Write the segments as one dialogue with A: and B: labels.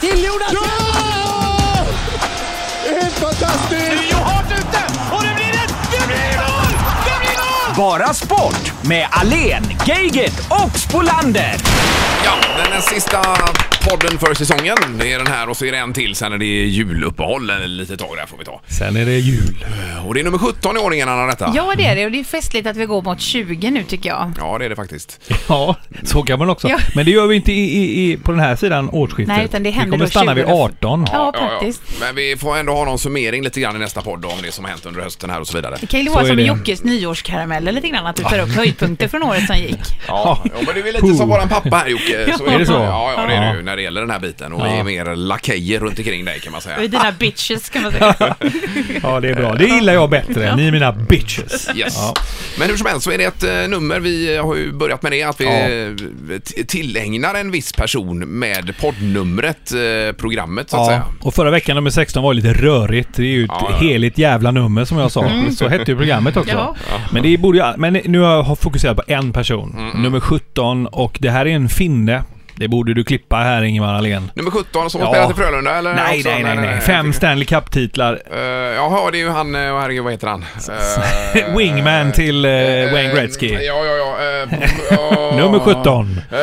A: Till Jonas!
B: Ja! Det är helt fantastiskt!
C: Rio hårt ute och det blir ett... Det blir mål! Det blir mål!
D: Bara sport med Alen, Geigert och Spolander.
E: Ja, men den sista podden för säsongen. Det är den här och så är det en till. Sen är det juluppehåll ett litet tag där får vi ta.
B: Sen är det jul.
E: Och det är nummer 17 i ordningen, Anna, detta.
F: Ja, det är det. Och det är festligt att vi går mot 20 nu tycker jag.
E: Ja, det är det faktiskt.
B: Ja, så kan man också.
F: Ja.
B: Men det gör vi inte i, i, i, på den här sidan årsskiftet.
F: Nej, utan det händer
B: vi kommer
F: då
B: stanna vid
F: 20.
B: 18.
F: Ja, praktiskt.
E: Men vi får ändå ha någon summering lite grann i nästa podd då, om det som har hänt under hösten här och så vidare.
F: Det kan ju
B: Så
F: vara
B: är
F: som
B: det.
F: Jockes nyårskarameller lite grann, att du tar upp höjdpunkter från året som gick.
E: Ja, ja, men du är lite som våran pappa här Jocke.
F: Är det
B: så?
E: Ja, ja, det är du
B: Ja.
E: när det gäller den här biten. Och vi är mer lakejer runt omkring dig kan man säga.
F: Och dina bitches kan man säga.
B: Ja, det är bra. Det gillar jag bättre. Ni är mina bitches.
E: Yes.
B: Ja.
E: Men hur som helst så är det ett eh, nummer, vi har ju börjat med det, att vi
B: Ja.
E: eh, t- tillägnar en viss person med poddnumret, eh, programmet så att
B: Ja,
E: säga.
B: och förra veckan nummer 16 var ju lite rörigt. Det är ju ett
E: Ja, ja.
B: heligt jävla nummer som jag sa. Så hette ju programmet också.
F: Mm. Ja.
B: Men, det borde ju, men nu har jag fokuserat på en person. Nummer 17 och det här är en finne. Det borde du klippa här Ingemar Ahlén.
E: Nummer 17 som
B: Ja.
E: spelar till Frölunda eller?
B: Nej,
E: också?
B: nej, nej, nej. Fem Stanley Cup-titlar.
E: Eh, Jaha, det är ju han, eh, herregud vad heter han? Eh,
B: Wingman till eh,
E: eh,
B: Wayne Gretzky.
E: Ja, ja, ja. eh, ja.
B: Nummer 17.
E: Eh,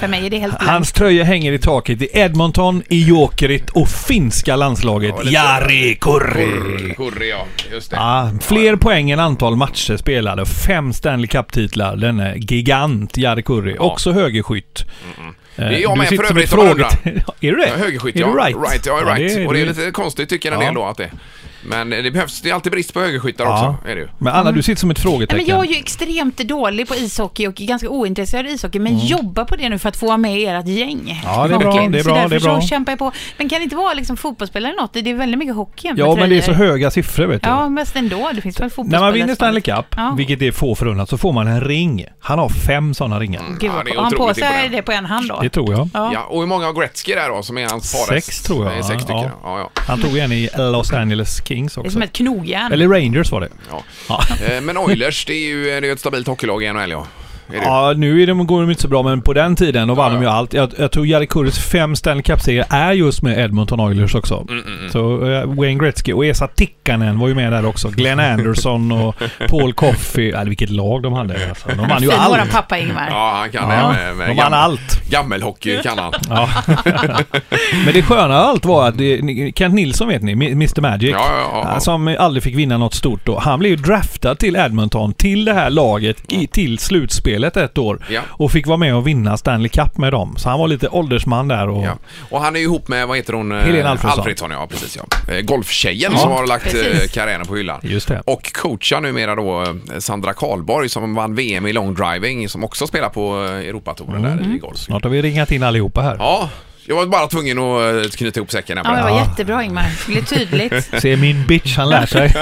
F: För mig är det helt blankt.
B: Hans tröja hänger i taket i Edmonton, i Jokerit och finska landslaget
E: Ja, det tror jag.
B: Jari Kurri.
E: Kurri, ja. Just det.
B: Ja, fler poäng än antal matcher spelade. Fem Stanley Cup-titlar. Denne gigant Jari Kurri. Också högerskytt.
E: är
B: Eh,
E: jag
B: du
E: med
B: sitter
E: för
B: som ett
E: övrigt, om
B: fråget- Är du det?
E: Ja, Högerskytt,
B: är
E: ja.
B: Du right?
E: right. Ja,
B: Ja,
E: right.
B: det är
E: och det är
B: du.
E: lite konstigt tycker jag när
B: Ja.
E: det är låt det. Men det behövs, det är alltid brist på högerskyttar
B: Ja.
E: också. Är det ju. Mm.
B: Men Anna, du sitter som ett
F: Nej,
B: frågetecken.
F: men jag är ju extremt dålig på ishockey och är ganska ointresserad av ishockey, men jobbar på det nu för att få vara med i ert gäng.
B: Mm. Ja, det är bra,
F: Verkligen.
B: det är bra,
F: så därför
B: det är bra.
F: Så kämpar jag på. Men kan det inte vara liksom fotbollsspelare eller något? Det är väldigt mycket hockey jämfört
B: Ja,
F: med
B: men det är så
F: tröjor.
B: höga siffror vet du.
F: Ja, mest ändå. Det finns väl fotbollsspelare?
B: När man vinner
F: som-
B: Stanley Cup,
F: Ja.
B: vilket är få förunnat, så får man en ring. Han har fem sådana ringar.
F: Gud,
E: Ja,
F: vad
E: det är
F: har han på
E: otroligt
F: sig
E: imponerande.
F: det på en hand då?
B: Det tror jag.
F: Ja.
E: Ja, och hur många har Gretzky där då, som är hans par?
B: Sex, tror jag.
E: Det är sex stycken.
B: Ja.
E: Ja. Ja, ja.
B: Han tog en i Los Angeles Kings
F: Det är som
B: också.
F: ett knogjärn.
B: Eller Rangers var det. Ja.
E: Eh, Men Oilers, det är ju det är ju ett stabilt hockeylag i NHL, ja. Är det ju.
B: Ja, nu är de, går de inte så bra, men på den tiden då vann de ju allt. Jag, jag tror Jari Kurris fem Stanley Cup-serier är just med Edmonton Oilers också.
E: Mm,
B: Så eh, Wayne Gretzky och Esa Tikkanen var ju med där också. Glenn Anderson och Paul Coffey. Äh, vilket lag de hade. Alltså. De vann ju
F: Fin våran
B: allt.
F: pappa Ingmar.
E: Ja, han kan
B: Ja,
E: det med, med
B: de vann
E: gammel-
B: allt.
E: Gammelhockey kan han. Ja,
B: Ja. Men det sköna av allt var att det, ni- Kent Nilsson vet ni, Mi- Mr Magic. Eh,
E: Ja, ja, ja, ja.
B: Som aldrig fick vinna något stort då. Han blev ju draftad till Edmonton, till det här laget, i, till slutspelet ett år.
E: Ja.
B: Och fick vara med och vinna Stanley Cup med dem. Så han var lite åldersman där och...
E: Och han är ju ihop med, vad heter hon? eh,
B: Helena Alfredsson.
E: Alfredsson, ja precis ja. Eh, Golftjejen som har lagt eh,
F: Precis.
E: karriären på hyllan.
B: Just det.
E: Och coachar numera då eh, Sandra Karlborg som vann VM i långdriving som också spelar på eh, Europatouren
B: Mm.
E: där i golf.
B: Snart har vi ringat in allihopa här.
E: Ja, jag var bara tvungen att eh, knyta ihop säcken här. på
F: Ja, men
E: det.
F: det var jättebra Ingmar. Det blev tydligt.
B: Se min bitch, han lär sig.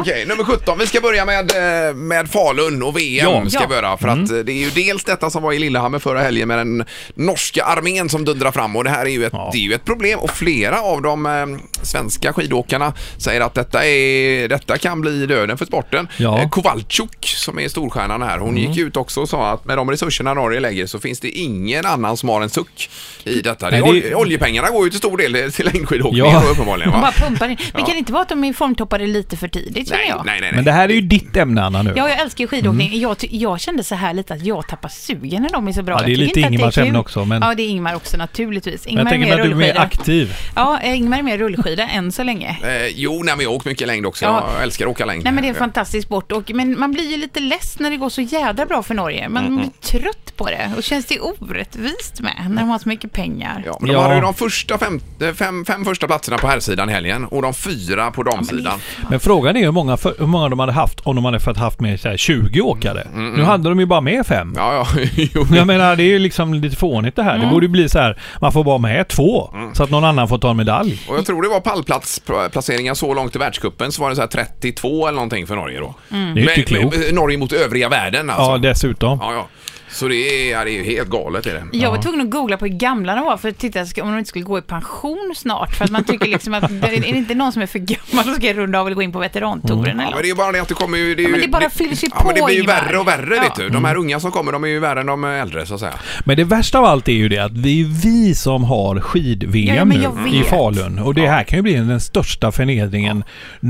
E: Okej, nummer 17. Vi ska börja med, eh, med Falun och VM.
B: Ja. Mm.
E: ska
F: Ja.
E: vi göra, för att eh, det är ju dels detta som var i Lillehammer förra helgen med den norska armén som dundrar fram och det här är ju ett,
B: Ja.
E: det är ju ett problem och flera av de eh, svenska skidåkarna säger att detta, är, detta kan bli döden för sporten.
B: Ja. Mm.
E: Eh, Kowalczuk som är storstjärnan här, hon gick ut också och sa att med de resurserna Norge lägger så finns det ingen annan som har en suck i detta. Det,
B: Nej, det-
E: ol- Oljepengarna går ju till stor del till längdskidåkning
B: Ja.
E: då, uppenbarligen.
F: De bara
E: Va?
F: pumpar in. Men
E: Ja.
F: kan det inte vara att de är formtoppade lite för tidigt? känner
E: Nej,
F: jag?
E: nej, nej, nej.
B: Men det här är ju ditt ämne Anna nu.
F: Ja, jag älskar ju skidåkning. Jag, ty- jag kände så här lite att jag tappar sugen när de är så bra.
B: Mm. Ja, det är
F: Jag tycker
B: lite
F: inte att det
B: Ingmars
F: kul.
B: ämne också, men-
F: Ja, det är Ingmar också naturligtvis.
B: Men
F: Ingmar
B: jag tänker mig att du är mer
F: rullskida.
B: aktiv.
F: Ja, eh, Ingmar är mer rullskida än så länge.
E: Eh, jo, nej, men jag har åkt mycket längd också.
F: Ja.
E: Jag älskar att åka längd.
F: Nej men det är en fantastisk sport och, men man blir ju lite less när det går så jädra bra för Norge. Man blir trött på det och känns det orättvist med när de har så mycket pengar.
E: Ja, men de
B: Ja.
E: hade ju de första fem, eh, fem, fem första platserna på herrsidan i helgen och de fyra på damsidan.
B: Men frågan är hur många, för, hur många de hade haft om de hade fått haft med så här, 20 åkare.
E: Mm,
B: Nu hade de ju bara med fem.
E: Ja, ja, jo.
B: Jag menar, det är ju liksom lite fånigt det här.
F: Mm.
B: Det borde ju bli så här, man får bara med två, så att någon annan får ta en medalj.
E: Och jag tror det var pallplatsplaceringar så långt i världscupen så var det så här 32 eller någonting för Norge då.
F: Mm.
B: Det är ju inte
E: Men- eh,
B: klokt.
E: men Norge mot övriga världen alltså.
B: Ja, dessutom.
E: ja, ja. Så det är, ja, det är ju helt galet. Är det.
F: Jag var tvungen att googla på hur gamla de var för att titta om de inte skulle gå i pension snart. För att man tycker liksom att det är det inte någon som är för gammal som ska runda av eller gå in på
B: Mm.
F: veterantouren
E: Ja,
F: eller
E: men det är ju bara det att det kommer ju... Det, är
F: men
E: ju-
F: det bara fylls ju
E: ja, men
F: på,
E: det blir ju
F: Ingmar.
E: värre och värre, vet
F: Ja.
E: du. De
B: Mm.
E: här unga som kommer, de är ju värre än de äldre, så att säga.
B: Men det värsta av allt är ju det att det är ju vi som har
F: Ja,
B: skid-VM
F: men jag
B: nu
F: vet.
B: i Falun. Och det här kan ju bli den största förnedringen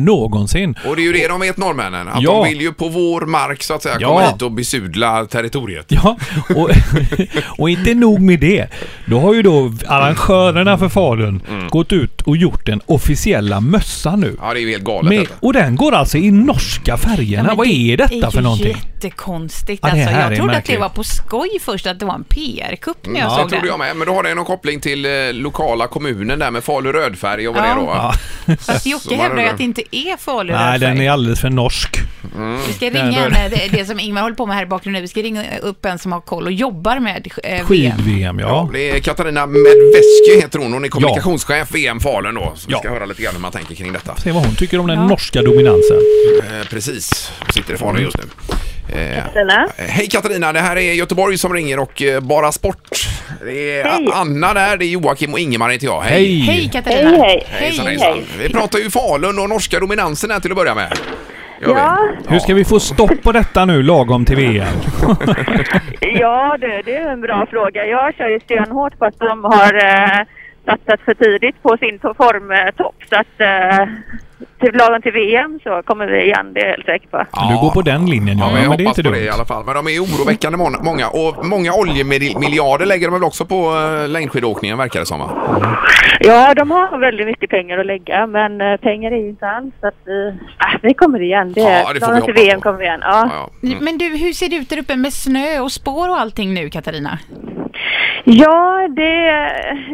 B: någonsin.
E: Och det är ju det de vet, norrmännen. Att
B: Ja.
E: de vill ju på vår mark, så att säga,
B: Ja.
E: komma hit och besudla territoriet.
B: Ja, och, och inte nog med det. Då har ju då arrangörerna för Falun
F: Mm.
B: gått ut och gjort den officiella mössan nu.
E: Ja, det är ju helt galet
B: Med,
E: detta.
B: och den går alltså i norska färgerna.
F: men
B: Vad
F: Det
B: är detta
F: är
B: för
F: ju
B: någonting?
F: jättekonstigt.
B: Ja, det
F: Alltså,
B: här
F: jag
B: är
F: trodde att det
B: märkligt.
F: var på skoj först, att det var en PR-kupp när jag
E: Mm, Ja, det
F: såg den.
E: trodde jag med. Men då har det någon koppling till eh, lokala kommunen där med Falu rödfärg och vad det är då. va?
F: Fast
E: Så
F: Jocke
E: var
F: hävdar
E: det
F: ju
E: då.
F: att det inte är Falu
B: Nej, den
F: rödfärg.
B: är alldeles för norsk.
F: Vi ska
B: den
F: ringa
B: röd-
F: en, eh, det som Ingmar håller på med här i bakgrunden nu. Vi ska ringa upp en som har koll och jobbar med eh, VM.
B: Skid-VM, ja.
E: Det är Katarina Medveski heter hon. Hon är kommunikationschef VM Falun då. Så vi ska
B: Ja.
E: höra lite grann hur man tänker kring detta.
B: Se vad hon tycker om den
F: Ja.
B: norska dominansen.
E: Eh, precis. Hon sitter i Falun just nu. Eh,
A: Tina.
E: hej Katarina, det här är Göteborg som ringer och eh, Bara Sport. Det är
A: Hej.
E: Anna där, det är Joakim och Ingemar heter jag.
B: Hej!
F: Hej Katarina!
A: Hej, hej.
E: Hejsan,
A: Hej,
E: hejsan.
A: hej.
E: Vi pratar ju Falun och norska dominansen här till att börja med. Gör vi?
A: Ja,
B: Hur ska vi få stopp på detta nu lagom till VM?
A: ja du, det är en bra fråga. Jag kör ju stenhårt på att de har eh, satsat för tidigt på sin to- formtopp. Så att eh, till lagom till VM så kommer vi igen, det är jag helt säker på.
E: Ja.
B: Du går på den linjen,
E: Ja,
B: Mm. ja.
E: men jag
B: men det är
E: hoppas
B: inte
E: på det i
B: dumt.
E: alla fall. Men de är ju oroväckande måna- många. Och många oljemiljarder lägger de väl också på eh, längdskidåkningen verkar det som va?
A: Ja, de har väldigt mycket pengar att lägga men eh, pengar är ju inte alls. Så att vi, ah, vi kommer igen. Det,
E: Ja, det får vi
A: lagom till
E: hoppas
A: VM
E: på.
A: kommer vi igen.
E: Ja,
A: Ja.
E: ja.
F: Men du, hur ser det ut där uppe med snö och spår och allting nu Katarina?
A: Ja, det,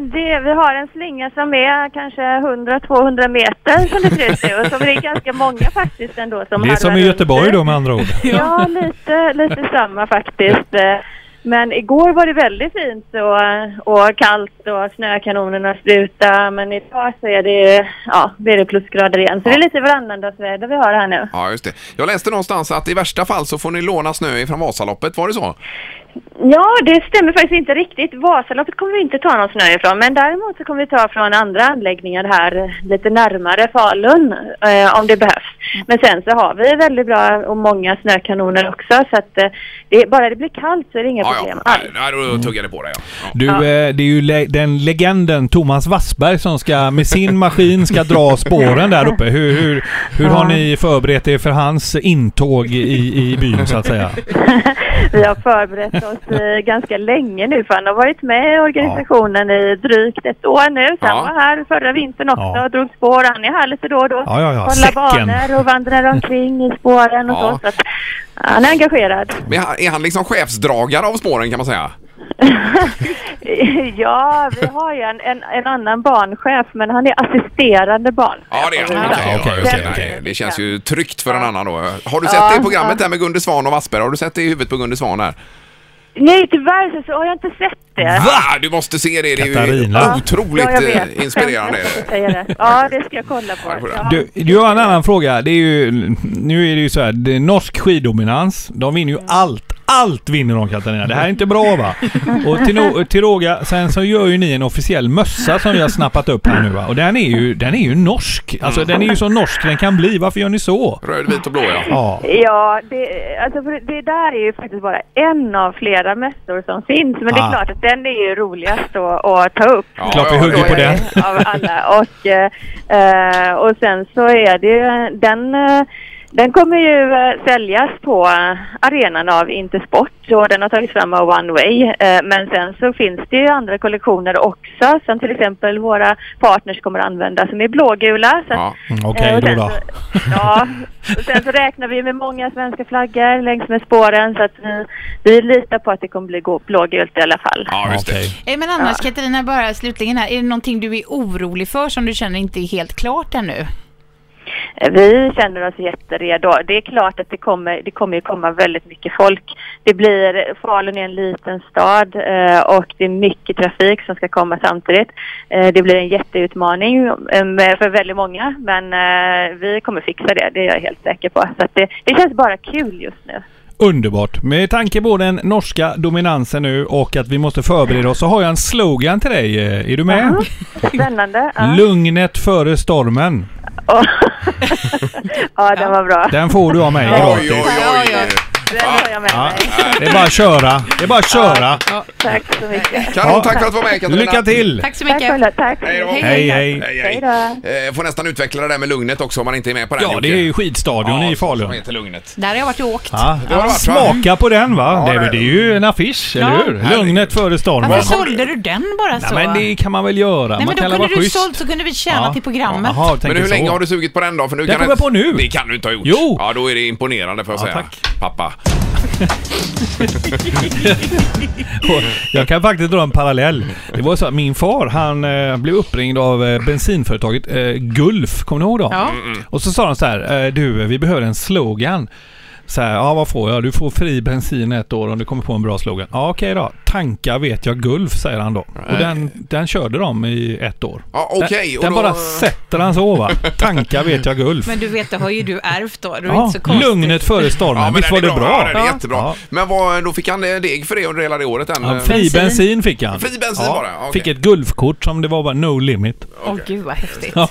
A: det, vi har en slinga som är kanske 100-200 meter som det ser ut nu och som det är ganska många faktiskt ändå som
B: Det är som
A: harvar
B: i
A: runt
B: Göteborg
A: i.
B: då med andra ord.
A: Ja, lite, lite samma faktiskt. Eh, Men igår var det väldigt fint och, och kallt och snökanonerna slutade men idag så är det, ja, det är det plusgrader igen. Så det är lite varannandagsväder vi har här nu.
E: ja, just det. Jag läste någonstans att i värsta fall så får ni låna snö ifrån Vasaloppet, var det så?
A: Ja, det stämmer faktiskt inte riktigt. Vasaloppet kommer vi inte ta någon snö ifrån, men däremot så kommer vi ta från andra anläggningar här eh, lite närmare Falun eh, om det behövs. Men sen så har vi väldigt bra och många snökanoner också, så att eh, det, bara det blir kallt så är det inga
E: Ja,
A: problem
E: ja.
A: alls.
E: Nej, nej, då tuggar det på dig. Ja. Ja.
B: Du, eh, det är ju le- den legenden Thomas Wassberg som ska med sin maskin ska dra spåren där uppe. Hur, hur, hur har ni förberett er för hans intåg i, i byn så att säga?
A: Vi har förberett oss eh, ganska länge nu för han har varit med i organisationen i drygt ett år nu. Så han
E: Ja.
A: var här förra vintern också
B: Ja.
A: och drog spår. Han är här lite då och då.
B: Ja, ja, ja.
A: Kollar
B: Säcken.
A: banor och vandrar omkring i spåren och
E: Ja.
A: så. så att, han är engagerad.
E: Men han- är han liksom chefsdragare av spåren kan man säga?
A: ja, vi har ju en, en, en annan banchef men han är assisterande banchef.
E: Ja, det är han.
A: Ja.
E: Okej,
B: okej,
E: okej,
B: okej,
E: nej,
B: okej.
E: Det känns ju tryggt för en annan då. Har du sett
A: Ja,
E: det i programmet där med Gunde Svan och Wassberg? Har du sett det i huvudet på Gunde Svan här?
A: Nej, tyvärr så, så har jag inte sett det.
E: Va? Du måste se det. Det är ju
B: Katarina.
E: otroligt
A: ja, jag vet.
E: eh, inspirerande. är
A: Sen-
E: det.
A: jag säger det. Ja, det ska jag kolla
E: Ja, det
A: på.
E: får du.
A: Ja.
B: Du, du har en annan fråga. Det är ju, nu är det ju så här, det är norsk skiddominans. De vinner ju allt. Allt vinner de Katarina. Det här är inte bra va? Och till, no- till råga, sen så gör ju ni en officiell mössa som vi har snappat upp här nu va? Och den är ju, den är ju norsk. Alltså den är ju så norsk den kan bli. Varför gör ni så?
E: Röd, vit och blå ja.
B: Ja.
A: Ja, det, alltså, för det där är ju faktiskt bara en av flera mässor som finns. Men det
B: Ah.
A: är klart att den är ju roligast att, att ta upp. Eh,
E: Ja,
B: Klart vi
E: ja,
B: hugger
E: ja,
B: på
E: ja.
B: den.
A: Av alla. Och, eh, eh, och sen så är det ju den... eh, Den kommer ju eh, säljas på eh, arenan av Intersport och den har tagits fram av One Way. Eh, Men sen så finns det ju andra kollektioner också som till exempel våra partners kommer att använda som är blågula. Så att
E: Ja.
B: Mm,
A: Eh,
B: Okej
A: och sen
B: då. då.
A: så- Ja, och sen så räknar vi med många svenska flaggor längs med spåren så att vi, vi litar på att det kommer bli gå- blågult i alla fall.
E: Ja, just det.
B: Okej.
F: Eh, Men annars Katarina, bara slutligen här, är det någonting du är orolig för som du känner inte är helt klart ännu?
A: Eh, Vi känner oss jätteredo. Det är klart att det kommer, det kommer ju komma väldigt mycket folk. Det blir, Falun är en liten stad eh, och det är mycket trafik som ska komma samtidigt. Eh, det blir en jätteutmaning eh, med- för väldigt många men eh, vi kommer fixa det, det är jag helt säker på. Så att det, det känns bara kul just nu.
B: Underbart. Med tanke på den norska dominansen nu och att vi måste förbereda oss så har jag en slogan till dig. Eh, Är du med?
A: Spännande. Ja,
B: Lugnet före stormen.
A: ja den var bra.
B: Den får du av mig
E: Oj, oj,
B: gratis.
E: oj.
A: Den har jag med mig.
B: Det är bara att köra. Det är bara att köra.
A: Tack så mycket.
E: Kanon, tack för att du var med Katarina.
B: Lycka till!
F: Tack så
A: Tack
F: mycket.
A: själva. Tack.
E: Hej då.
B: Hej hej!
E: Hej,
A: Hej
E: hej.
A: då.
E: Eh, Får nästan utveckla det där med lugnet också om man inte är med på den
B: Ja, det
E: Jocke.
B: är ju skidstadion i Falun.
E: Som heter lugnet.
F: Där har jag varit och åkt.
B: Ja,
E: Det har det varit, va?
B: smaka på den va?
E: Ja,
B: det, är-
E: det-
B: det är ju en affisch, eller hur?
E: Herregud.
B: Lugnet före stormen.
F: Varför sålde du den bara så?
B: Nej, men det kan man väl
F: Nej,
B: göra? man
F: men då
B: kan väl
F: kunde
B: vara
F: du
B: schysst?
F: sålt så kunde vi tjäna
B: Ja.
F: till programmet.
B: Jaha,
E: Men
B: tänker
E: hur länge
B: så.
E: har du sugit på den då? För nu
B: Jag
E: kan
B: kommer
E: du-
B: på nu.
E: Det kan du inte ha gjort.
B: Jo.
E: Ja, då är det imponerande får jag
B: Ja,
E: säga.
B: tack.
E: Pappa.
B: Jag kan faktiskt dra en parallell. Det var så att min far, han eh, blev uppringd av eh, bensinföretaget eh, Gulf, kommer ni ihåg dem?
F: Ja.
E: Mm,
F: Mm,
B: Och så sa de så här, eh, du vi behöver en slogan. Så här, ja vad får jag? Du får fri bensin ett år om du kommer på en bra slogan. Ja okej då. Tankar vet jag Gulf, säger han då. Och den, den körde de i ett år.
E: Ja, okej.
B: Den,
E: och
B: den
E: då-
B: bara sätter han så va. Tankar vet jag Gulf.
F: Men du vet, det har ju du ärvt då. Det är
B: Ja,
F: inte så konstigt.
B: lugnet före stormen.
E: Ja, men
B: Visst
E: den
B: var
E: är
B: det
E: bra.
B: bra?
E: Ja, den är jättebra.
B: Ja.
E: Men vad, då fick han eh, deg för det under hela det året eh, än?
B: Ja, fri
F: Bensin.
B: bensin fick han.
E: Fri bensin bara, ja, okej.
B: Fick ett Gulfkort som det var bara no limit.
F: Åh gud vad häftigt.
B: Ja.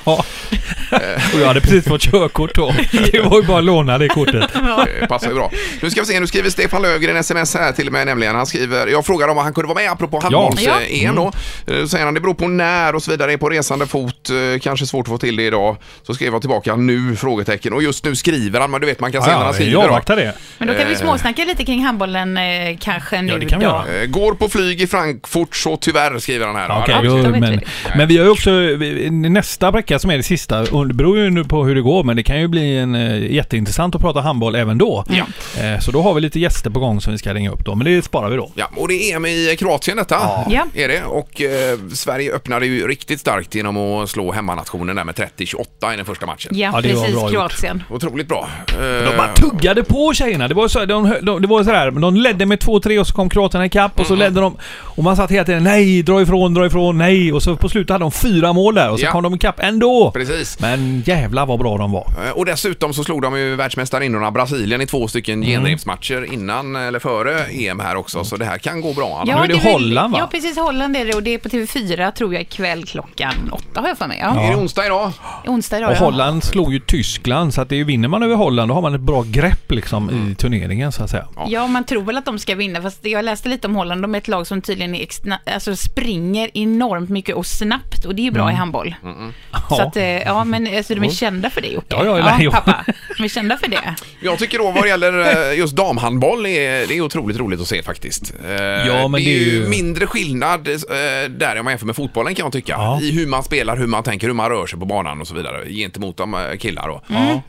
B: Och jag hade precis fått körkort då. Det var ju bara att låna det kortet.
E: Eh, Passar ju bra. Nu ska vi se, nu skriver Stefan Löfgren sms här till mig nämligen. Han skriver, jag frågar om han kunde vara med apropå handbolls
F: Ja.
E: ja. EM då. Eh, Säger han, det beror på när och så vidare, är på resande fot, eh, kanske svårt att få till det idag. Så skrev jag tillbaka nu? Frågetecken. Och just nu skriver han, men du vet man kan se när
B: Ja,
E: han
B: jag
E: skriver då.
B: avvaktar det.
F: Men då kan vi småsnacka lite kring handbollen eh, kanske nu
B: Ja, det kan vi
F: då.
B: göra.
E: Eh, Går på flyg i Frankfurt så tyvärr skriver han här. då.
B: Okej,
F: Ja, då
B: jo,
F: vet vi
B: men,
F: det.
B: men vi har ju också vi- nästa vecka som är det sista. och Det beror ju nu på hur det går, men det kan ju bli en, eh, jätteintressant att prata handboll även då.
F: Ja.
B: Eh, Så då har vi lite gäster på gång som vi ska ringa upp då, men det sparar vi då.
E: Ja, och det är EM i eh, Kroatien detta.
F: Ja.
E: Är det. Och eh, Sverige öppnade ju riktigt starkt genom att slå hemmanationen där med 30-28 i den första matchen.
F: Ja,
B: Ja, det var
F: precis.
B: bra gjort.
F: Kroatien.
E: Otroligt bra. Eh.
B: De bara tuggade på tjejerna. Det var så, de, hö- de, det var så här, de ledde med 2-3 och så kom kroaterna ikapp
E: Mm-hmm.
B: och så ledde de. Och man satt hela tiden nej, dra ifrån, dra ifrån, nej. Och så på slutet hade de fyra mål där och så
E: Ja.
B: kom de ikapp ändå.
E: Precis.
B: Men jävla vad bra de var.
E: Eh, Och dessutom så slog de ju världsmästarinnorna Brasilien i två
B: Mm.
E: stycken genrepsmatcher innan eller före EM här också. Så det här kan gå bra. Anna.
B: nu är det
F: väl-
B: Holland, va?
F: Ja, precis. Holland är det och det är på TV4 tror jag ikväll klockan åtta har jag för mig.
E: Är
F: Ja.
E: det onsdag idag?
F: Onsdag idag.
B: Och
F: ja.
B: Holland slog ju Tyskland så att det är, ju- vinner man över Holland då har man ett bra grepp liksom
E: Mm.
B: i turneringen så att säga.
F: Ja, man tror väl att de ska vinna, fast jag läste lite om Holland. De är ett lag som tydligen är extra, alltså springer enormt mycket och snabbt och det är ju bra i handboll. Så
B: Mm. Ja.
F: att, eh, ja, men alltså, de är kända för det Jocke.
B: Ja, ja, nej, ja.
F: pappa. De är kända för det.
E: Jag tycker då vad det gäller eh, just damhandboll, är, det är otroligt roligt att se faktiskt. Eh,
B: Ja, men
E: det är
B: det är
E: ju
B: ju-
E: mindre skillnad eh, där om man jämför med fotbollen kan jag tycka.
B: Ja.
E: I hur man spelar, hur man tänker, hur man rör sig på banan och så vidare gentemot de eh, killar då.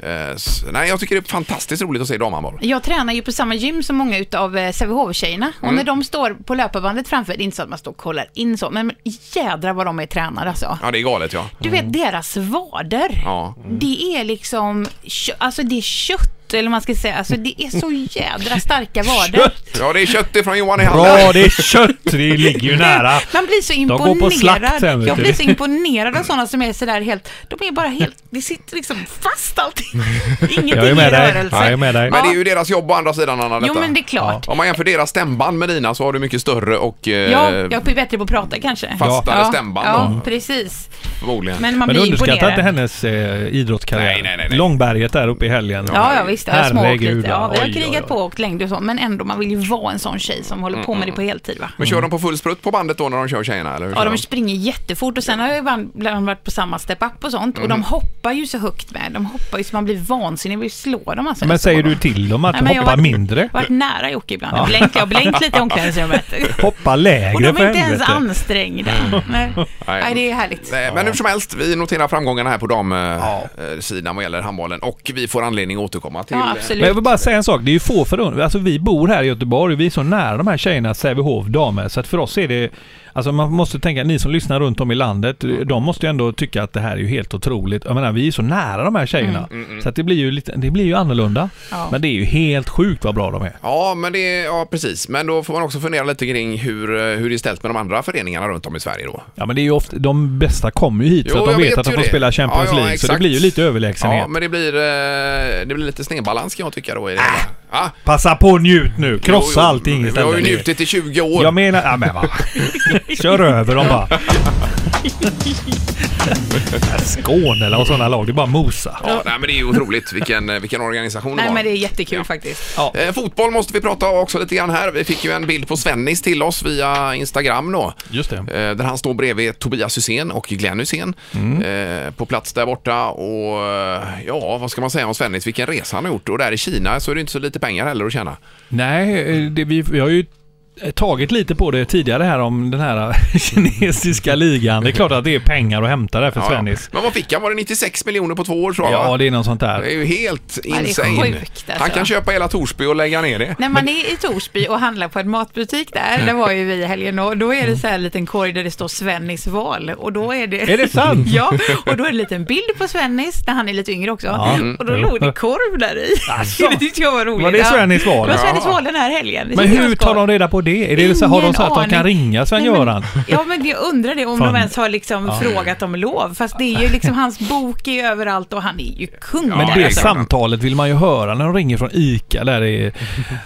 E: Eh, s- nej, jag tycker det är fantastiskt roligt att se damhandboll.
F: Jag tränar ju på samma gym som många utav eh, Sävehof-tjejerna och
B: Mm.
F: när de står på löparbandet framför, det är inte så att man står och kollar in så, men men jädrar vad de är tränade alltså.
E: Ja, det är galet ja.
F: Du
B: Mm.
F: vet deras vader,
E: Ja.
F: det är liksom, kö- alltså det är kött eller vad man ska säga, alltså det är så jädra starka vader.
B: Kött!
E: Ja, det är kött ifrån Johan i handen.
B: Bra, det är kött! Det ligger ju nära.
F: Man blir så
B: går på slakt sen,
F: imponerad.
B: vet
F: Jag
B: du.
F: blir så imponerad av sådana som är sådär helt, de är bara helt, det sitter liksom fast allting. Ingenting
B: Jag är med
F: i
B: dig.
F: rörelse.
B: Jag är med dig.
E: Men det är ju deras jobb å andra sidan Anna,
F: Jo
E: detta.
F: men det är klart.
E: Om man jämför deras stämband med dina så har du mycket större och eh,
F: Ja, jag är bättre på att prata kanske.
E: Fastare
F: ja.
E: stämband
F: Ja,
E: då.
F: precis.
E: förmodligen.
F: Men man
B: Men
F: blir
B: underskatta
F: imponerad.
B: inte hennes eh, idrottskarriär.
E: Nej, nej, nej, nej.
B: Långberget där uppe i helgen.
F: Ja, ja visst, det har jag smååkt lite. Ja, vi har
B: Oj, oj,
F: krigat
B: oj.
F: på och åkt längd och så, men ändå, man vill ju vara en sån tjej som håller
E: Mm,
F: på med det på heltid va.
E: Men kör de på full sprutt på bandet då när de kör tjejerna? Eller hur
F: Ja,
E: kör
F: de springer jättefort och sen har jag ju ibland ibland varit på samma step-up och sånt och
B: Mm.
F: de hoppar ju så högt med. De hoppar ju så man blir vansinnig, vi slår dem alltså.
B: Men säger du till dem att
F: Nej, men jag
B: hoppa
F: var-
B: mindre?
F: Jag har varit nära Jocke ibland. Jag har blänkt, jag har blänkt lite i omklädningsrummet.
B: Hoppa lägre
F: Och de
B: för
F: är inte ens
B: helvete.
F: ansträngda. Nej. Nej, det är härligt.
E: Nej, Men hur som helst, vi noterar framgångarna här på damsidan vad gäller handbollen och vi får anledning att återkomma till... eh,
F: Ja,
B: Men jag
F: absolut.
B: vill bara säga en sak. Det är ju få förunnat. Alltså vi bor här i Göteborg och vi är så nära de här tjejerna, Sävehof, damer. Så att för oss är det... Alltså man måste tänka, ni som lyssnar runt om i landet, de måste ju ändå tycka att det här är ju helt otroligt. Jag menar, vi är så nära de här
E: Mm,
B: tjejerna. Så att det blir ju lite, det blir ju annorlunda.
F: Ja.
B: Men det är ju helt sjukt vad bra de är.
E: Ja, men det, ja, precis. Men då får man också fundera lite kring hur, eh, hur det är ställt med de andra föreningarna runt om i Sverige då.
B: Ja men det är ju ofta, de bästa kommer ju hit
E: Jo,
B: för att
E: jag
B: de vet,
E: vet
B: att de
E: ju
B: får
E: det.
B: spela Champions
E: Ja, ja,
B: League. Så
E: exakt.
B: det blir ju lite överlägsenhet.
E: Ja, men det blir, eh, det blir lite snedbalans kan jag tycka då i det hela.
B: Ah!
E: Ja.
B: Passa på och njut nu.
E: Jo,
B: Krossa
E: jo,
B: allting
E: Vi har ju
B: istället.
E: njutit i 20 år.
B: Jag menar... Ja, men va. Kör över dem bara. Skåne eller sådana lag, det är bara mosa.
E: Ja, nej, men det är ju otroligt vilken, eh, vilken organisation de
F: Nej,
E: har.
F: men det är jättekul faktiskt.
E: Eh, fotboll måste vi prata också lite grann här. Vi fick ju en bild på Svennis till oss via Instagram då.
B: Just det.
E: Eh, där han står bredvid Tobias Hysén och Glenn Hysén
B: Mm.
E: eh, på plats där borta. Och eh, ja, vad ska man säga om Svennis? Vilken resa han har gjort. Och där i Kina så är det inte så lite pengar heller att tjäna.
B: Nej, eh, det, vi, vi har ju tagit lite på det tidigare här om den här kinesiska ligan. Det är klart att det är pengar att hämta där för
E: Ja, ja.
B: Svennis.
E: Men vad fick han? Var det 96 miljoner på två år tror jag? va?
B: Ja, det är något sånt där.
E: det är ju helt
F: är
E: insane.
F: sjukt, alltså.
E: Han kan köpa hela Torsby och lägga ner det.
F: När man är i Torsby och handlar på en matbutik där, där var ju vi i helgen, och då är det så här en liten korg där det står Svennis val. Och då är det...
B: Mm. Är det sant?
F: ja, och då är det en liten bild på Svennis, när han är lite yngre också.
B: Ja.
F: Och då låg det korv där i.
B: Alltså.
F: Det tyckte jag var roligt.
B: Var det
F: Ja.
B: Svennis val?
F: Det var Svennis
E: Jaha.
F: val den här helgen. Det
B: Men
F: tyckte jag
B: hur
F: var skoj.
B: tar de reda på det? Är det så, har de
F: Ingen
B: så att de kan
F: aning.
B: ringa
F: Nej, men-
B: Sven-Göran?
F: Ja, men jag undrar det om
B: Fan.
F: de ens har liksom frågat om lov. Fast det är ju liksom, hans bok är ju överallt och han är ju kung
E: Ja,
B: Men
F: där. alltså.
B: det
E: exakt.
B: samtalet vill man ju höra när de ringer från ICA. Där är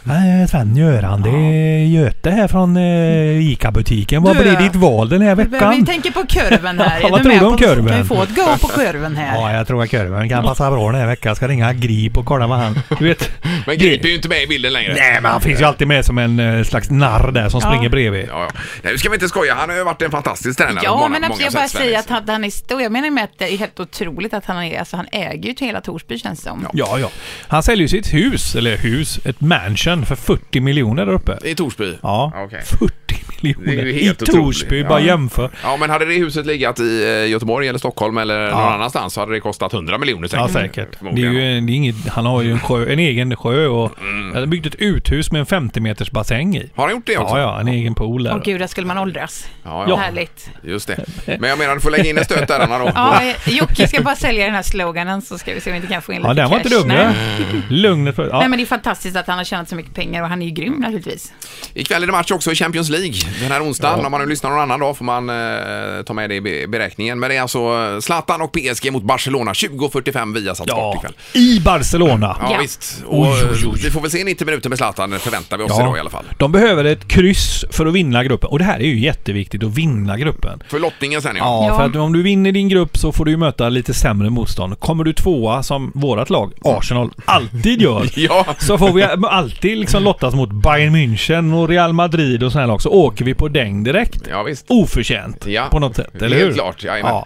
B: Nej, Sven-Göran, det är Göte här från eh, ICA-butiken. Vad
F: Du,
B: blir ditt val den här
F: Vi behöver ju
B: veckan?
F: tänka på kurven här.
B: Ja, vad
F: Är
B: tror
F: med
B: du om
F: på-
B: kurven?
F: Kan vi få ett go på kurven här?
B: Ja, jag tror att kurven kan passa bra den här veckan. Jag ska ringa Grip och kolla vad han... Du vet,
E: Men Grip är ju inte med i bilden längre.
B: Nej, men han finns ju alltid med som en eh, slags narr där som
F: Ja.
B: springer bredvid.
E: Ja, ja. Nej, nu ska vi inte skoja. Han har ju varit en fantastisk tränare.
F: Ja,
E: på många-
F: men
E: många
F: absolut. Jag bara
E: sätt, Svennis.
F: säger att han, han är stor. Jag menar med att det är helt otroligt att han är, alltså han äger ju till hela Torsby känns det som.
B: Ja, ja. Han säljer ju sitt hus, eller hus, ett mansion för 40 miljoner där uppe.
E: I Torsby?
B: Ja,
E: okej.
B: 40 miljoner
E: Det är ju
B: i
E: helt otroligt.
B: Torsby.
E: Ja.
B: Bara jämför.
E: Ja, men hade det huset legat i eh, Göteborg eller Stockholm eller någon annanstans så hade det kostat 100 miljoner
B: Ja,
E: säkert.
B: säkert. Det är
E: Förmodligen. Mm.
B: ju en, det är inget, han har ju en, sjö, en egen sjö och han har byggt ett uthus med en 50 meters bassäng i.
E: Har han gjort det också?
B: Ja, ja, en egen pool där.
F: Åh gud, där skulle man åldras.
E: Ja, ja.
F: Härligt.
E: Just det. Men jag menar, du får lägga in en stöt där Anna då.
F: Ja, eh, Jocke ska bara sälja den här sloganen så ska vi se om vi inte kan få in lite
B: Ja, den var inte
F: cash.
B: dum Mm.
F: Nej.
B: du. Lugnet för... Ja.
F: Nej, men det är fantastiskt att han har tjänat så mycket pengar och han är ju grym naturligtvis.
E: Ikväll är det match också i Champions League den här onsdagen. Om man nu lyssnar någon annan dag får man eh, ta med det i be- beräkningen. Men det är alltså eh, Zlatan och PSG mot Barcelona 20.45 via Sport
B: ja.
E: ikväll.
B: I Barcelona.
E: Ja,
F: Ja.
E: visst. Och,
B: Oj, oj, oj.
E: Vi får väl se 90 minuter med Zlatan förväntar vi oss idag i alla fall.
B: De behöver ett kryss för att vinna gruppen. Och det här är ju jätteviktigt, att vinna gruppen.
E: För lottningen sen ja.
B: Ja,
F: Ja.
B: för att om du vinner din grupp så får du ju möta lite sämre motstånd. Kommer du tvåa, som vårat lag, Arsenal, alltid gör,
E: Ja.
B: så får vi alltid liksom lottas mot Bayern München och Real Madrid och sådana här lag. Så åker vi på däng direkt.
E: Ja, visst.
B: Oförtjänt
E: Ja.
B: på något sätt, eller
E: Helt
B: hur?
E: klart, jajamän.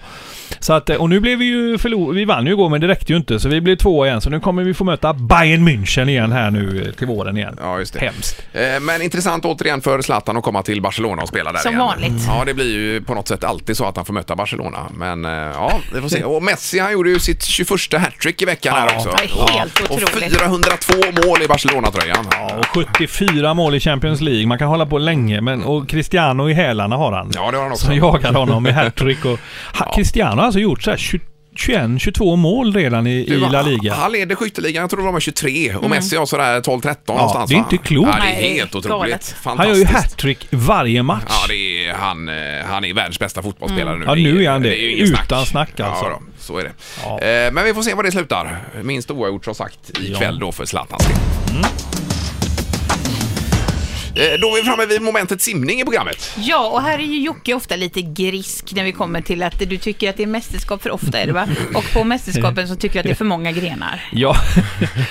B: Så att, och nu blev vi ju förlor- Vi vann ju igår men det räckte ju inte så vi blev tvåa igen. Så nu kommer vi få möta Bayern München igen här nu eh, till våren igen.
E: Ja, just det.
B: Hemskt.
E: Eh, Men intressant återigen för Zlatan att komma till Barcelona och spela där
F: Som
E: igen.
F: vanligt.
E: Ja, det blir ju på något sätt alltid så att han får möta Barcelona. Men eh, ja, vi får se. Och Messi, han gjorde ju sitt 21 hattrick i veckan här också.
F: Det är helt
E: Och
F: otroligt.
E: 402 mål i Barcelona-tröjan.
B: Ja, och 74 mål i Champions League. Man kan hålla på länge men och Cristiano i hälarna har han.
E: Ja, det har han också.
B: Som jagar honom med hattrick och... Ha, Cristiano har alltså gjort så här 20 21-22 mål redan i, i
E: Du,
B: La Liga.
E: Han leder skytteligan, jag tror de är 23 och Messi har sådär 12-13 någonstans.
B: det är
E: va?
B: inte klokt.
E: Ja, det är
F: Mm. Nej,
E: helt otroligt.
F: galet.
E: Fantastiskt.
B: Han gör ju hattrick varje match.
E: Ja, det är, han, eh, han är världens bästa fotbollsspelare nu.
B: Mm. Ja, nu är han det.
E: ju inget
B: Utan snack, alltså.
E: Ja, då, så är det.
B: Ja.
E: Eh, Men vi får se var det slutar. Minst oavgjort som sagt ikväll då för Zlatans del. Eh, Då är vi framme vid momentet simning i programmet.
F: Ja, och här är ju Jocke ofta lite grisk när vi kommer till att du tycker att det är mästerskap för ofta, är det va? Och på mästerskapen så tycker du att det är för många grenar.
B: Ja.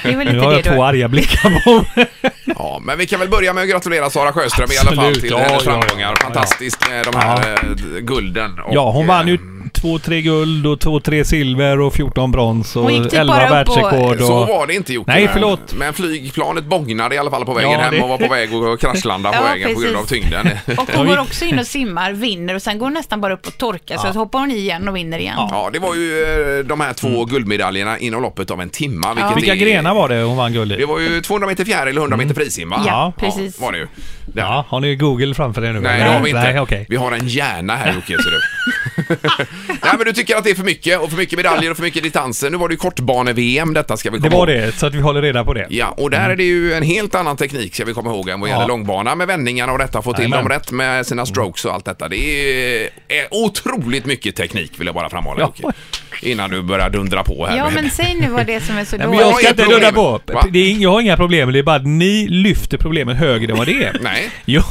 F: Det är väl
B: Nu
F: lite
B: har
F: det
B: jag
F: du...
B: två arga blickar på mig.
E: Ja, men vi kan väl börja med att gratulera Sara Sjöström i alla fall
B: Absolut,
E: till
B: ja,
E: hennes
B: ja, ja,
E: framgångar.
B: ja, ja.
E: Fantastiskt med de här eh, d- gulden. Och,
B: Ja, hon vann ju
E: eh,
B: två, tre guld och två, tre silver och 14 brons och
F: Hon gick typ
B: 11
F: bara upp och-
B: världsrekord.
E: Så
B: Och...
E: var det inte Jocke.
B: Nej,
E: men-
B: förlåt.
E: Men flygplanet bågnade i alla fall på vägen
B: Ja,
E: hem
B: det-
E: och var på väg att kraschlanda på
F: Ja,
E: vägen på grund av
F: precis.
E: tyngden.
F: Och hon går också in och simmar, vinner och sen går hon nästan bara upp och torkar så hoppar hon i igen och vinner igen.
E: Ja, det var ju eh, de här två guldmedaljerna inom loppet av en timme. Vilket
B: Mm. Vilka
E: är,
B: grenar var det hon vann guld
E: Det
B: i?
E: var ju 200 meter fjäril och 100 meter frisim, va?
F: Ja, precis.
E: var det ju. Där.
B: Ja, har ni Google framför er nu?
E: Nej, det har vi inte.
B: Nej, okej.
E: Vi har en hjärna här Jocke, ser du. Nej, men du tycker att det är för mycket och för mycket medaljer och för mycket distanser. Nu var det ju kortbane-VM detta ska vi komma
B: Det var
E: ihåg.
B: det, så att vi håller reda på det.
E: Ja, och där är det ju en helt annan teknik ska vi komma ihåg än vad gäller
B: Ja.
E: långbana med vändningarna och detta, få till
B: Jajamän. Mm.
E: dem rätt med sina strokes och allt detta. Det är, är otroligt mycket eh, teknik vill jag bara framhålla
B: Ja.
E: Jocke. innan du börjar dundra på här.
F: Ja,
E: med-
F: men säg nu vad det är som är så
B: Nej, men jag
E: Vad
F: dåligt.
B: ska
E: är
B: inte
E: problemet?
B: dundra på.
E: Va?
B: Det är, jag har inga problem. Det är bara att ni lyfter problemet högre än vad det är.
E: Nej.
B: Jo.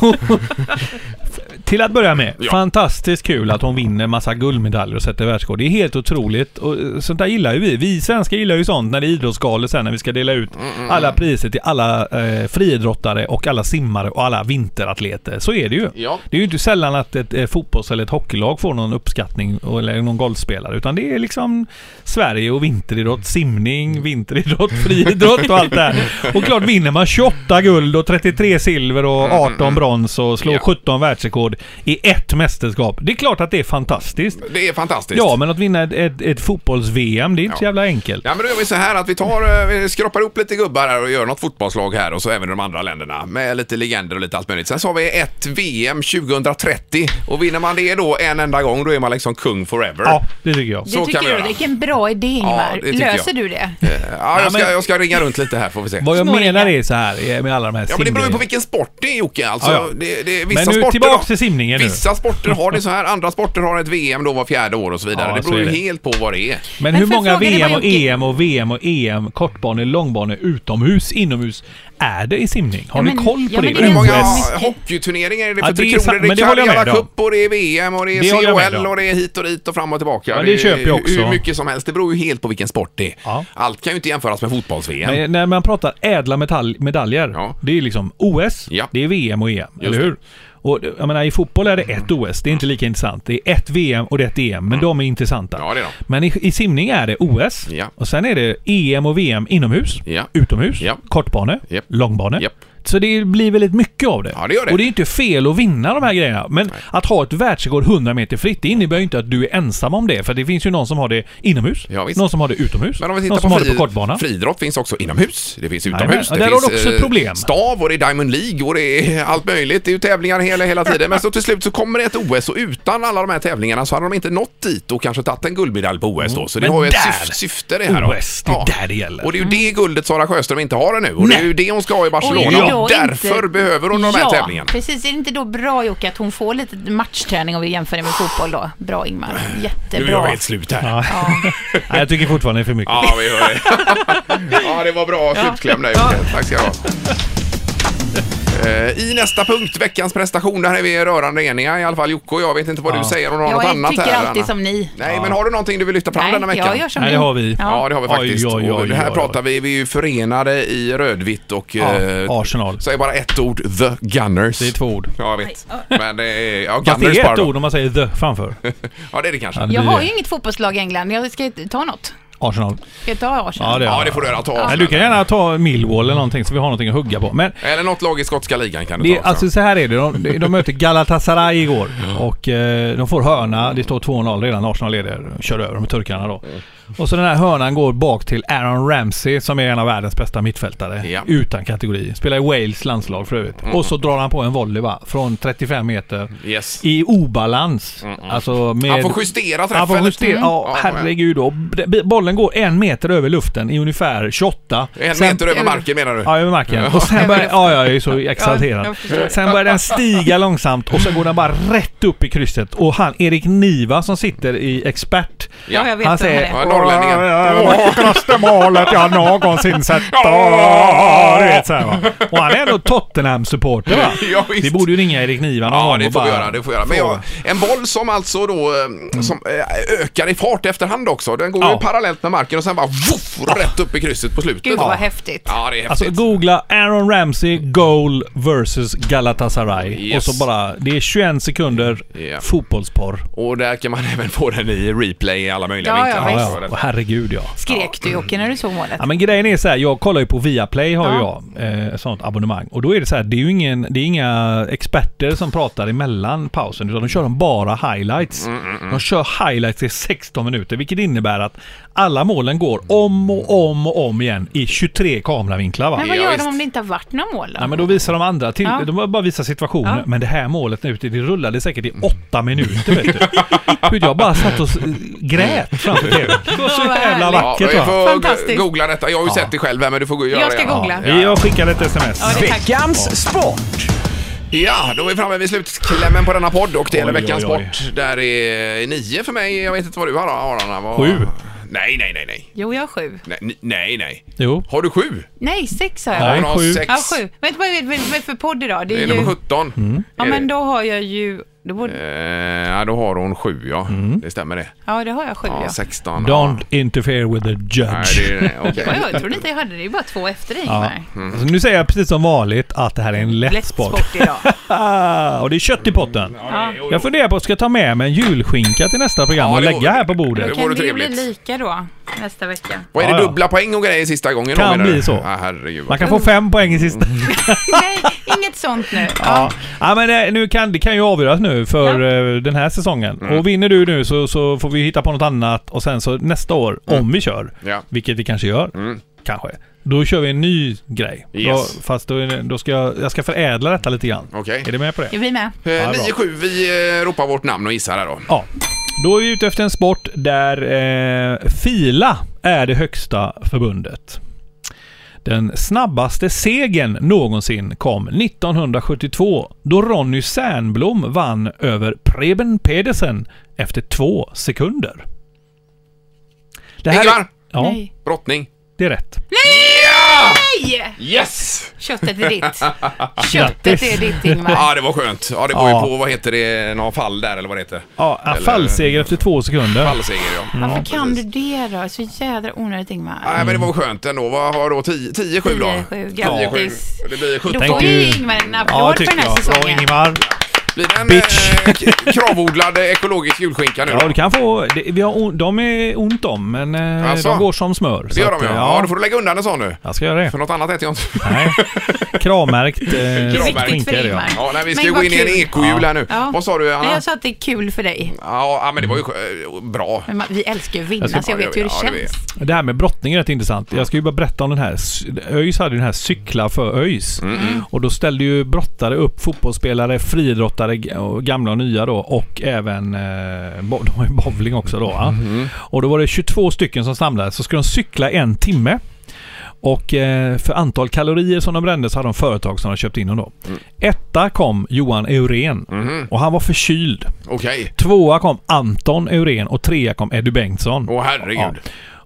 B: Till att börja med,
E: Ja.
B: fantastiskt kul att hon vinner massa guldmedaljer och sätter världsrekord. Det är helt otroligt och eh, sånt där gillar ju vi. Vi svenskar gillar ju sånt när det är idrottsgalor sen när vi ska dela
E: Mm,
B: ut alla priser till alla eh, friidrottare och alla simmare och alla vinteratleter. Så är det ju.
E: Ja.
B: Det är ju inte sällan att ett eh, fotbolls eller ett hockeylag får någon uppskattning och- eller någon golfspelare utan det är liksom Sverige och vinteridrott, simning, vinteridrott, friidrott och allt det här. Och klart vinner man 28 guld och 33 silver och 18 brons och slår
E: Mm, Ja.
B: 17 världsrekord i ett mästerskap. Det är klart att det är fantastiskt.
E: Det är fantastiskt.
B: Ja, men att vinna ett, ett, ett fotbolls-VM, det är inte så
E: Ja.
B: jävla enkelt.
E: Ja, men då gör vi så här att vi tar, eh, vi skrapar ihop lite gubbar här och gör något fotbollslag här och så även de andra länderna med lite legender och lite allt möjligt. Sen så har vi ett VM 2030 och vinner man det då en enda gång då är man liksom kung forever.
B: Ja, det tycker jag.
E: så
F: Det tycker
E: kan vi
F: du,
E: göra.
F: vilken bra idé Ingmar.
E: det tycker jag.
F: Löser du det?
E: Eh, Ja, jag,
B: Ja, men-
E: ska, jag ska ringa runt lite här får vi se.
B: Vad jag
F: Snåriga.
B: menar är så här eh, med alla de här
E: Ja, men det beror ju
B: simgrejerna.
E: på vilken sport det är Jocke. Alltså,
B: Ja, ja.
E: Det, det, vissa
B: Men nu
E: sporter
B: tillbaks
E: har-
B: till simningen nu.
E: Vissa sporter har det så här, andra sporter har ett VM då var fjärde år och så vidare.
B: Ja,
E: det
B: så
E: beror
B: är
E: ju
B: det.
E: helt på vad det är.
B: Men
F: Men
B: hur
F: för
B: många
F: frågan är
B: VM och
F: vad Jocke-
B: EM och VM och E EM, kortbane, långbane, utomhus, inomhus, är det i simning? Har
F: Ja,
B: ni
F: men-
B: koll på
F: ja,
B: det?
F: men
E: Men hur
F: det är
E: många
F: så mycket.
E: hockeyturneringar är det för
B: Ja, det är
E: Tre Kronor?
B: sant, men
E: Det
B: det
E: är
B: håller jag med
E: Carriera
B: om.
E: Cup och det är VM och det är
B: Det håller jag med
E: CHL
B: om.
E: och det är hit och dit och fram och tillbaka.
B: Ja, det köper jag också.
E: Hur mycket som helst. Det beror ju helt på vilken sport det är.
B: Ja.
E: Allt kan ju inte jämföras med fotbolls-VM.
B: Nej, när man pratar ädla metall, medaljer,
E: Ja.
B: det är liksom OS,
E: Ja.
B: det är VM och EM, eller
E: det. Mm.
B: hur? Och jag menar, i fotboll är det ett OS, det är inte lika intressant. Det är ett VM och det är ett EM, men de är intressanta.
E: Ja, det är de.
B: Men i, i simning är det OS,
E: Ja.
B: och sen är det EM och VM inomhus,
E: Ja.
B: utomhus,
E: Ja.
B: kortbane,
E: Japp.
B: långbane.
E: Japp.
B: Så det blir väldigt mycket av det.
E: Ja, det gör det.
B: Och det är inte fel att vinna de här grejerna. Men att ha ett världsrekord 100 meter fritt, det innebär ju inte att du är ensam om det. För det finns ju någon som har det inomhus,
E: Ja, visst.
B: någon som har det utomhus,
E: Men om vi
B: någon
E: tittar
B: som
E: på,
B: har det
E: fri,
B: på kortbana.
E: friidrott finns också inomhus, det finns
B: Jajamän,
E: utomhus,
B: och där
E: finns
B: har du också ett
E: eh,
B: problem.
E: stav och det är Diamond League och det är allt möjligt. Det är ju tävlingar hela, hela tiden. Men så till slut så kommer det ett OS och utan alla de här tävlingarna så hade de inte nått dit och kanske tagit en guldmedalj på OS då. Så det
B: Mm. Men
E: har ju ett
B: där!
E: syf- syfte det här. då.
B: OS, det är där det gäller. Mm.
E: Och det är ju det guldet Sara Sjöström inte har ännu och det är
B: Nej.
E: ju det hon ska ha i
F: Och
E: Barcelona.
F: är det då
E: Därför
F: inte-
E: behöver hon de här
F: ja,
E: tävlingarna.
F: precis. Är det inte då bra Jocke att hon får lite matchträning om vi jämför det med fotboll då? Bra Ingmar.
E: Nu är jag
F: Jättebra.
E: helt slut här.
B: Ja. Nej, jag tycker fortfarande det är för mycket.
E: Ja, vi hör det. ja, det var bra slutkläm där Jocke. Tack ska du ha. Eh, I nästa punkt, veckans prestation, där är vi rörande eniga i alla fall Jocke och jag vet inte vad du säger om du har något
F: Jag
E: annat
F: tycker
E: här.
F: alltid
E: Anna.
F: som ni.
E: Nej, men har du någonting du vill lyfta fram denna
F: Nej,
E: veckan?
F: jag gör som
B: Nej,
F: ni.
B: det har vi.
E: Ja. det har vi
B: Oj,
E: faktiskt.
B: oj, oj,
E: Och det här
B: oj, oj.
E: pratar vi, vi är ju förenade i rödvitt och...
B: Ja,
E: eh,
B: Arsenal.
E: Säg bara ett ord, The Gunners.
B: Det är två ord.
E: Ja, jag vet. Men det är... Ja,
B: Fast det
E: Gunners
B: är
E: bara
B: ett
E: då.
B: ord om man säger the framför.
E: Ja, det är det kanske.
B: det
F: Jag
B: blir
F: har
B: det.
F: ju inget fotbollslag i England. Jag ska ta något.
B: Arsenal.
F: Ska jag ta Arsenal?
B: Ja, det,
E: Ja, det får du göra. Ta
B: Nej,
E: Arsenal.
B: du kan gärna ta Millwall eller någonting så vi har någonting att hugga på. Men
E: Eller något lag i skotska ligan kan du
B: det,
E: ta också.
B: alltså så här är det. De, de möter Galatasaray igår och eh, de får hörna. Det står 2-0 redan. Arsenal leder. Kör över de turkarna då. Och så den här hörnan går bak till Aaron Ramsey som är en av världens bästa mittfältare.
E: Ja. Mm.
B: Utan kategori. Spelar i Wales landslag för övrigt. Och så drar han på en volley va? Från 35 meter.
E: Yes. Mm,
B: I obalans. Alltså med...
E: Han får justera träffen.
B: Ja, får justera.
E: Ja,
B: Ja, herregud. Och b- bollen går en meter över luften i ungefär 28.
E: En
B: Sen-
E: meter över marken menar du?
B: Ja, över marken. Och sen börjar... Ja, jag är så exalterad.
F: jag förstår.
B: sen börjar den stiga långsamt och sen går den bara rätt upp i krysset. Och han, Erik Niva, som sitter i expert.
E: Ja.
F: jag vet
B: han
F: om
B: säger...
F: det.
E: Ja, norrlänningen.
B: "Åh, Det var det vackraste målet jag någonsin sett. Åh, du vet, så här, va. Och han är ändå Tottenham-supporter va?
E: Ja, visst.
B: Vi borde ju ringa Erik Niva någon
E: Ja,
B: gång
E: det
B: och
E: får vi
B: bara... Mm.
E: göra. Det får vi göra. Men jag, en boll som alltså då eh, som eh, ökar i fart efterhand också. Den går ju
B: Ja.
E: parallellt med marken och sen bara voff, rätt upp i krysset på slutet.
F: Gud
E: ja.
F: vad häftigt.
E: ja, det är
B: Alltså
E: häftigt.
B: googla Aaron Ramsey goal versus Galatasaray.
E: Yes.
B: Och så bara, det är 21 sekunder
E: Ja.
B: fotbollsporr.
E: och där kan man även få den i replay i alla möjliga
F: Ja, ja,
E: vinklar.
F: visst.
E: Så
B: Ja,
E: den-
B: ja. Herregud ja.
F: Skrek du Jocke när du såg målet?
B: Ja men grejen är så här, jag kollar ju på Viaplay har ju
F: Ja.
B: jag eh, sånt abonnemang. Och då är det så här, det är ju ingen, det är inga experter som pratar emellan pausen utan de kör de bara highlights.
F: Mm,
B: De kör highlights i 16 minuter vilket innebär att alla målen går om och om och om igen i 23 kameravinklar va?
F: Men vad
E: Ja,
F: gör
E: visst.
F: de om det inte har varit några mål då?
B: Nej, men då visar de andra. Till,
F: Ja.
B: De bara visar situationer.
F: Ja. Mm.
B: Men det här målet nu, det rullade säkert i åtta minuter. Vet du. Vet du, jag bara satt och s- grät framför tvn. Det var så
F: Vad
B: jävla
F: härligt.
E: Ja,
B: vackert.
E: jag
B: va?
E: får go-
F: Fantastiskt.
E: googla detta. Jag har ju sett det själv här, men du får gå- göra
F: Jag ska
E: det.
F: googla.
B: Jag skickade ett sms.
F: Ja, det-
D: Veckans sport.
E: Ja, då är vi framme vid slutklämmen på denna podd och det gäller
B: Oj, oj,
E: veckans
B: oj.
E: sport. Där är nio för mig. Jag vet inte vad du har Aron. Vad-
B: Sju.
E: Nej, nej, nej, nej.
F: Jo, jag har sju.
E: Nej, nej, nej.
B: Jo.
E: Har du sju?
F: Nej, sex har jag.
B: Nej,
E: Aron har
B: sju.
E: Sex.
F: Ja, sju. Vänta, vad är det- vad är det för podd idag?
E: Det är
F: ju...
E: nummer 17.
B: Mm.
F: Ja,
E: Är
F: men
E: det.
F: då har jag ju... Då borde...
E: Eh, ja, då har hon sju, ja. Det stämmer det.
F: Ja, det har jag sju,
E: Ja,
F: ja.
E: 16.
B: Mm. Don't interfere with the
E: Ja.
B: judge.
E: Nej, det är, Mm. okej.
F: Oj, oj, jag trodde inte jag hade det. Det är bara två efter dig,
B: Ja.
F: Ingmar.
B: Så Alltså, nu säger jag precis som vanligt att det här är en lätt,
F: Lätt
B: sport.
F: sport idag.
B: Ah, och det är kött i potten.
F: Ja.
B: Jag funderar på att ska ta med mig en julskinka till nästa program
E: Ja,
B: och
E: det
B: lägga
E: vore-
B: här på bordet.
E: det
F: Kan
E: vore
F: det bli
E: trevligt.
F: lika då, nästa vecka?
E: Vad är
B: Ja,
E: det
B: ja.
E: dubbla poäng och grejer sista gången?
B: Kan
E: då, menar du?
B: bli så.
E: Ja, herregud. vad-
B: Man kan få fem poäng i sista.
F: Nej, inget sånt nu.
B: Ja.
F: Ja.
B: Ja, men eh, nu kan, det kan ju avgöras nu för eh, den här säsongen.
E: Mm.
B: Och vinner du nu så, så får vi hitta på något annat och sen så nästa år, om vi kör,
E: Mm. Ja. Mm.
B: vilket vi kanske gör, kanske, då kör vi en ny grej.
E: Yes.
B: Då, fast då, är det- då ska jag, jag ska förädla detta lite grann.
E: Okej.
B: Är du med på det?
F: Är vi med?
E: Eh,
B: Ja, bra.
E: 9-7, vi eh, ropar vårt namn och gissar här då.
B: Ja. Då är vi ute efter en sport där eh, Fila är det högsta förbundet. Den snabbaste segern någonsin kom 1972 då Ronny Sernblom vann över Preben Pedersen efter två sekunder. Det är-
E: Ingvar!
B: Ja,
F: Nej.
E: Brottning.
B: det är rätt.
F: Nej!
E: Yes!
F: Köttet är ditt. Köttet är ditt, Ingmar.
E: Ja, det var skönt. Ja, det går ju
B: Ja.
E: på, vad heter det, någon fall där eller vad det heter?
B: Ja,
E: Eller-
B: fallseger efter två sekunder.
E: Fallseger, ja.
F: Varför kan du
E: precis.
F: det då? Så jädra onödigt, Ingmar.
E: Nej, men det var skönt ändå. Vad har då 10-7 då?
F: 10-7, grattis.
E: 10-7. Det blir
F: Då
E: 17.
B: Tänk
F: får
B: du.
F: ju Ingmar en
B: Ja,
F: applåd för
B: tycker
F: den här
B: jag. Bra
F: säsongen.
B: Ingemar.
E: Blir det en
B: Bitch.
E: eh, k- kravodlad eh, ekologisk julskinka nu då?
B: Ja, du kan få... Det, vi har on, de är ont om, men eh,
E: Alltså?
B: de går som smör. eh,
E: Det gör de ja. Ja, då får du lägga undan en sån nu.
B: Jag ska göra det.
E: För något annat äter jag inte.
B: Nej. Kravmärkt eh,
E: är viktigt
B: skinka
F: för
B: är det, ja.
F: Ingmar.
E: Ja, nej, vi ska
F: Men
E: ju gå
F: vad
E: in i en
F: kul.
E: ekojul här nu.
F: Ja.
E: Vad sa du
F: Nej,
E: Anna?
F: jag sa att det är kul för dig.
E: Ja, ja, men det var ju skö- eh, bra.
F: Men man- vi älskar ju att vinna,
B: Jag ska-
F: så jag vet hur det
E: ja, det
F: känns.
B: Det här med brottning är rätt intressant. Jag ska ju bara berätta om den här. ÖIS hade ju den här Cykla för ÖIS. Och då ställde ju brottare upp fotbollsspelare, friidrottare, g- och gamla och nya då och även eh, bo- de har ju bowling också då. Va? Och då var det 22 stycken som samlades. Så skulle de cykla en timme. Och eh, för antal kalorier som de brände så hade de företag som hade köpt in dem då. Etta kom Johan Eurén och han var förkyld.
E: Okej.
B: Tvåa kom Anton Eurén och trea kom Eddie Bengtsson.
E: Åh herregud.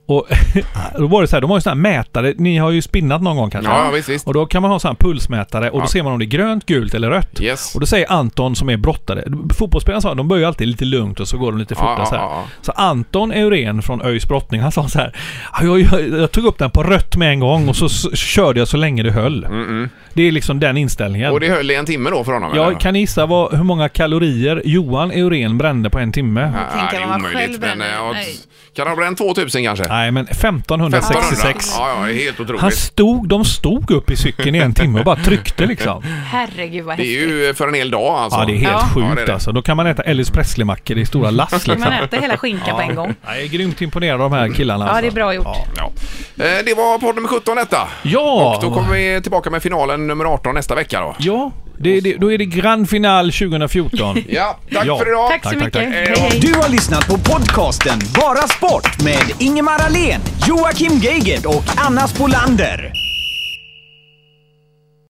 B: Och då var det så här, de har ju sådana här mätare. Ni har ju spinnat någon gång kanske?
E: Ja, ja, visst, visst.
B: Och då kan man ha sån här pulsmätare och då
E: Ja.
B: ser man om det är grönt, gult eller rött.
E: Yes.
B: Och då säger Anton som är brottare, fotbollsspelarna sa de börjar ju alltid lite lugnt och så går de lite fortare
E: ja,
B: så här.
E: ja, ja.
B: Så Anton Eurén från ÖIS brottning, han sa så här. "Ja, Jag, jag, jag tog upp den på rött med en gång och så, s- körde jag så länge det höll. Det är liksom den inställningen.
E: Mm, Och det höll i en timme då för honom? eller?
B: jag kan gissa vad, hur många kalorier Johan Eurén brände på en timme.
E: Ja,
F: tänker
E: det
F: vad
E: är
F: man själv
E: omöjligt. Men, eh,
F: bränner.
E: ja,
F: Nej.
E: kan han ha bränt 2000 kanske?
B: Nej, men 1566.
E: Ja, ja, det är helt
B: Han
E: otroligt.
B: stod, de stod upp i cykeln i en timme och bara tryckte liksom.
F: Herregud vad
E: Det
F: häftigt.
E: är ju för en hel dag alltså.
B: Ja, det är helt
F: Ja.
B: sjukt
E: Ja, det är det.
B: alltså. Då kan man äta Ellis Presley-mackor i stora lass
F: Kan man
B: liksom.
F: äta hela skinkan på en gång?
B: Jag är grymt imponerad av de här killarna.
F: Ja,
B: alltså.
F: det är bra gjort.
B: Ja.
E: Ja. Eh, Det var podd nummer 17 detta.
B: Ja.
E: Och då kommer vi tillbaka med finalen nummer 18 nästa vecka då.
B: Ja, det, det, då är det Grand Final 2014.
E: Ja, tack
B: Ja.
E: för idag.
F: Tack så
B: Tack, tack,
F: mycket.
B: tack.
F: Hej, hej.
D: Du har lyssnat på podcasten Bara Sport med Ingemar Ahlén, Joakim Geigert och Anna Spolander.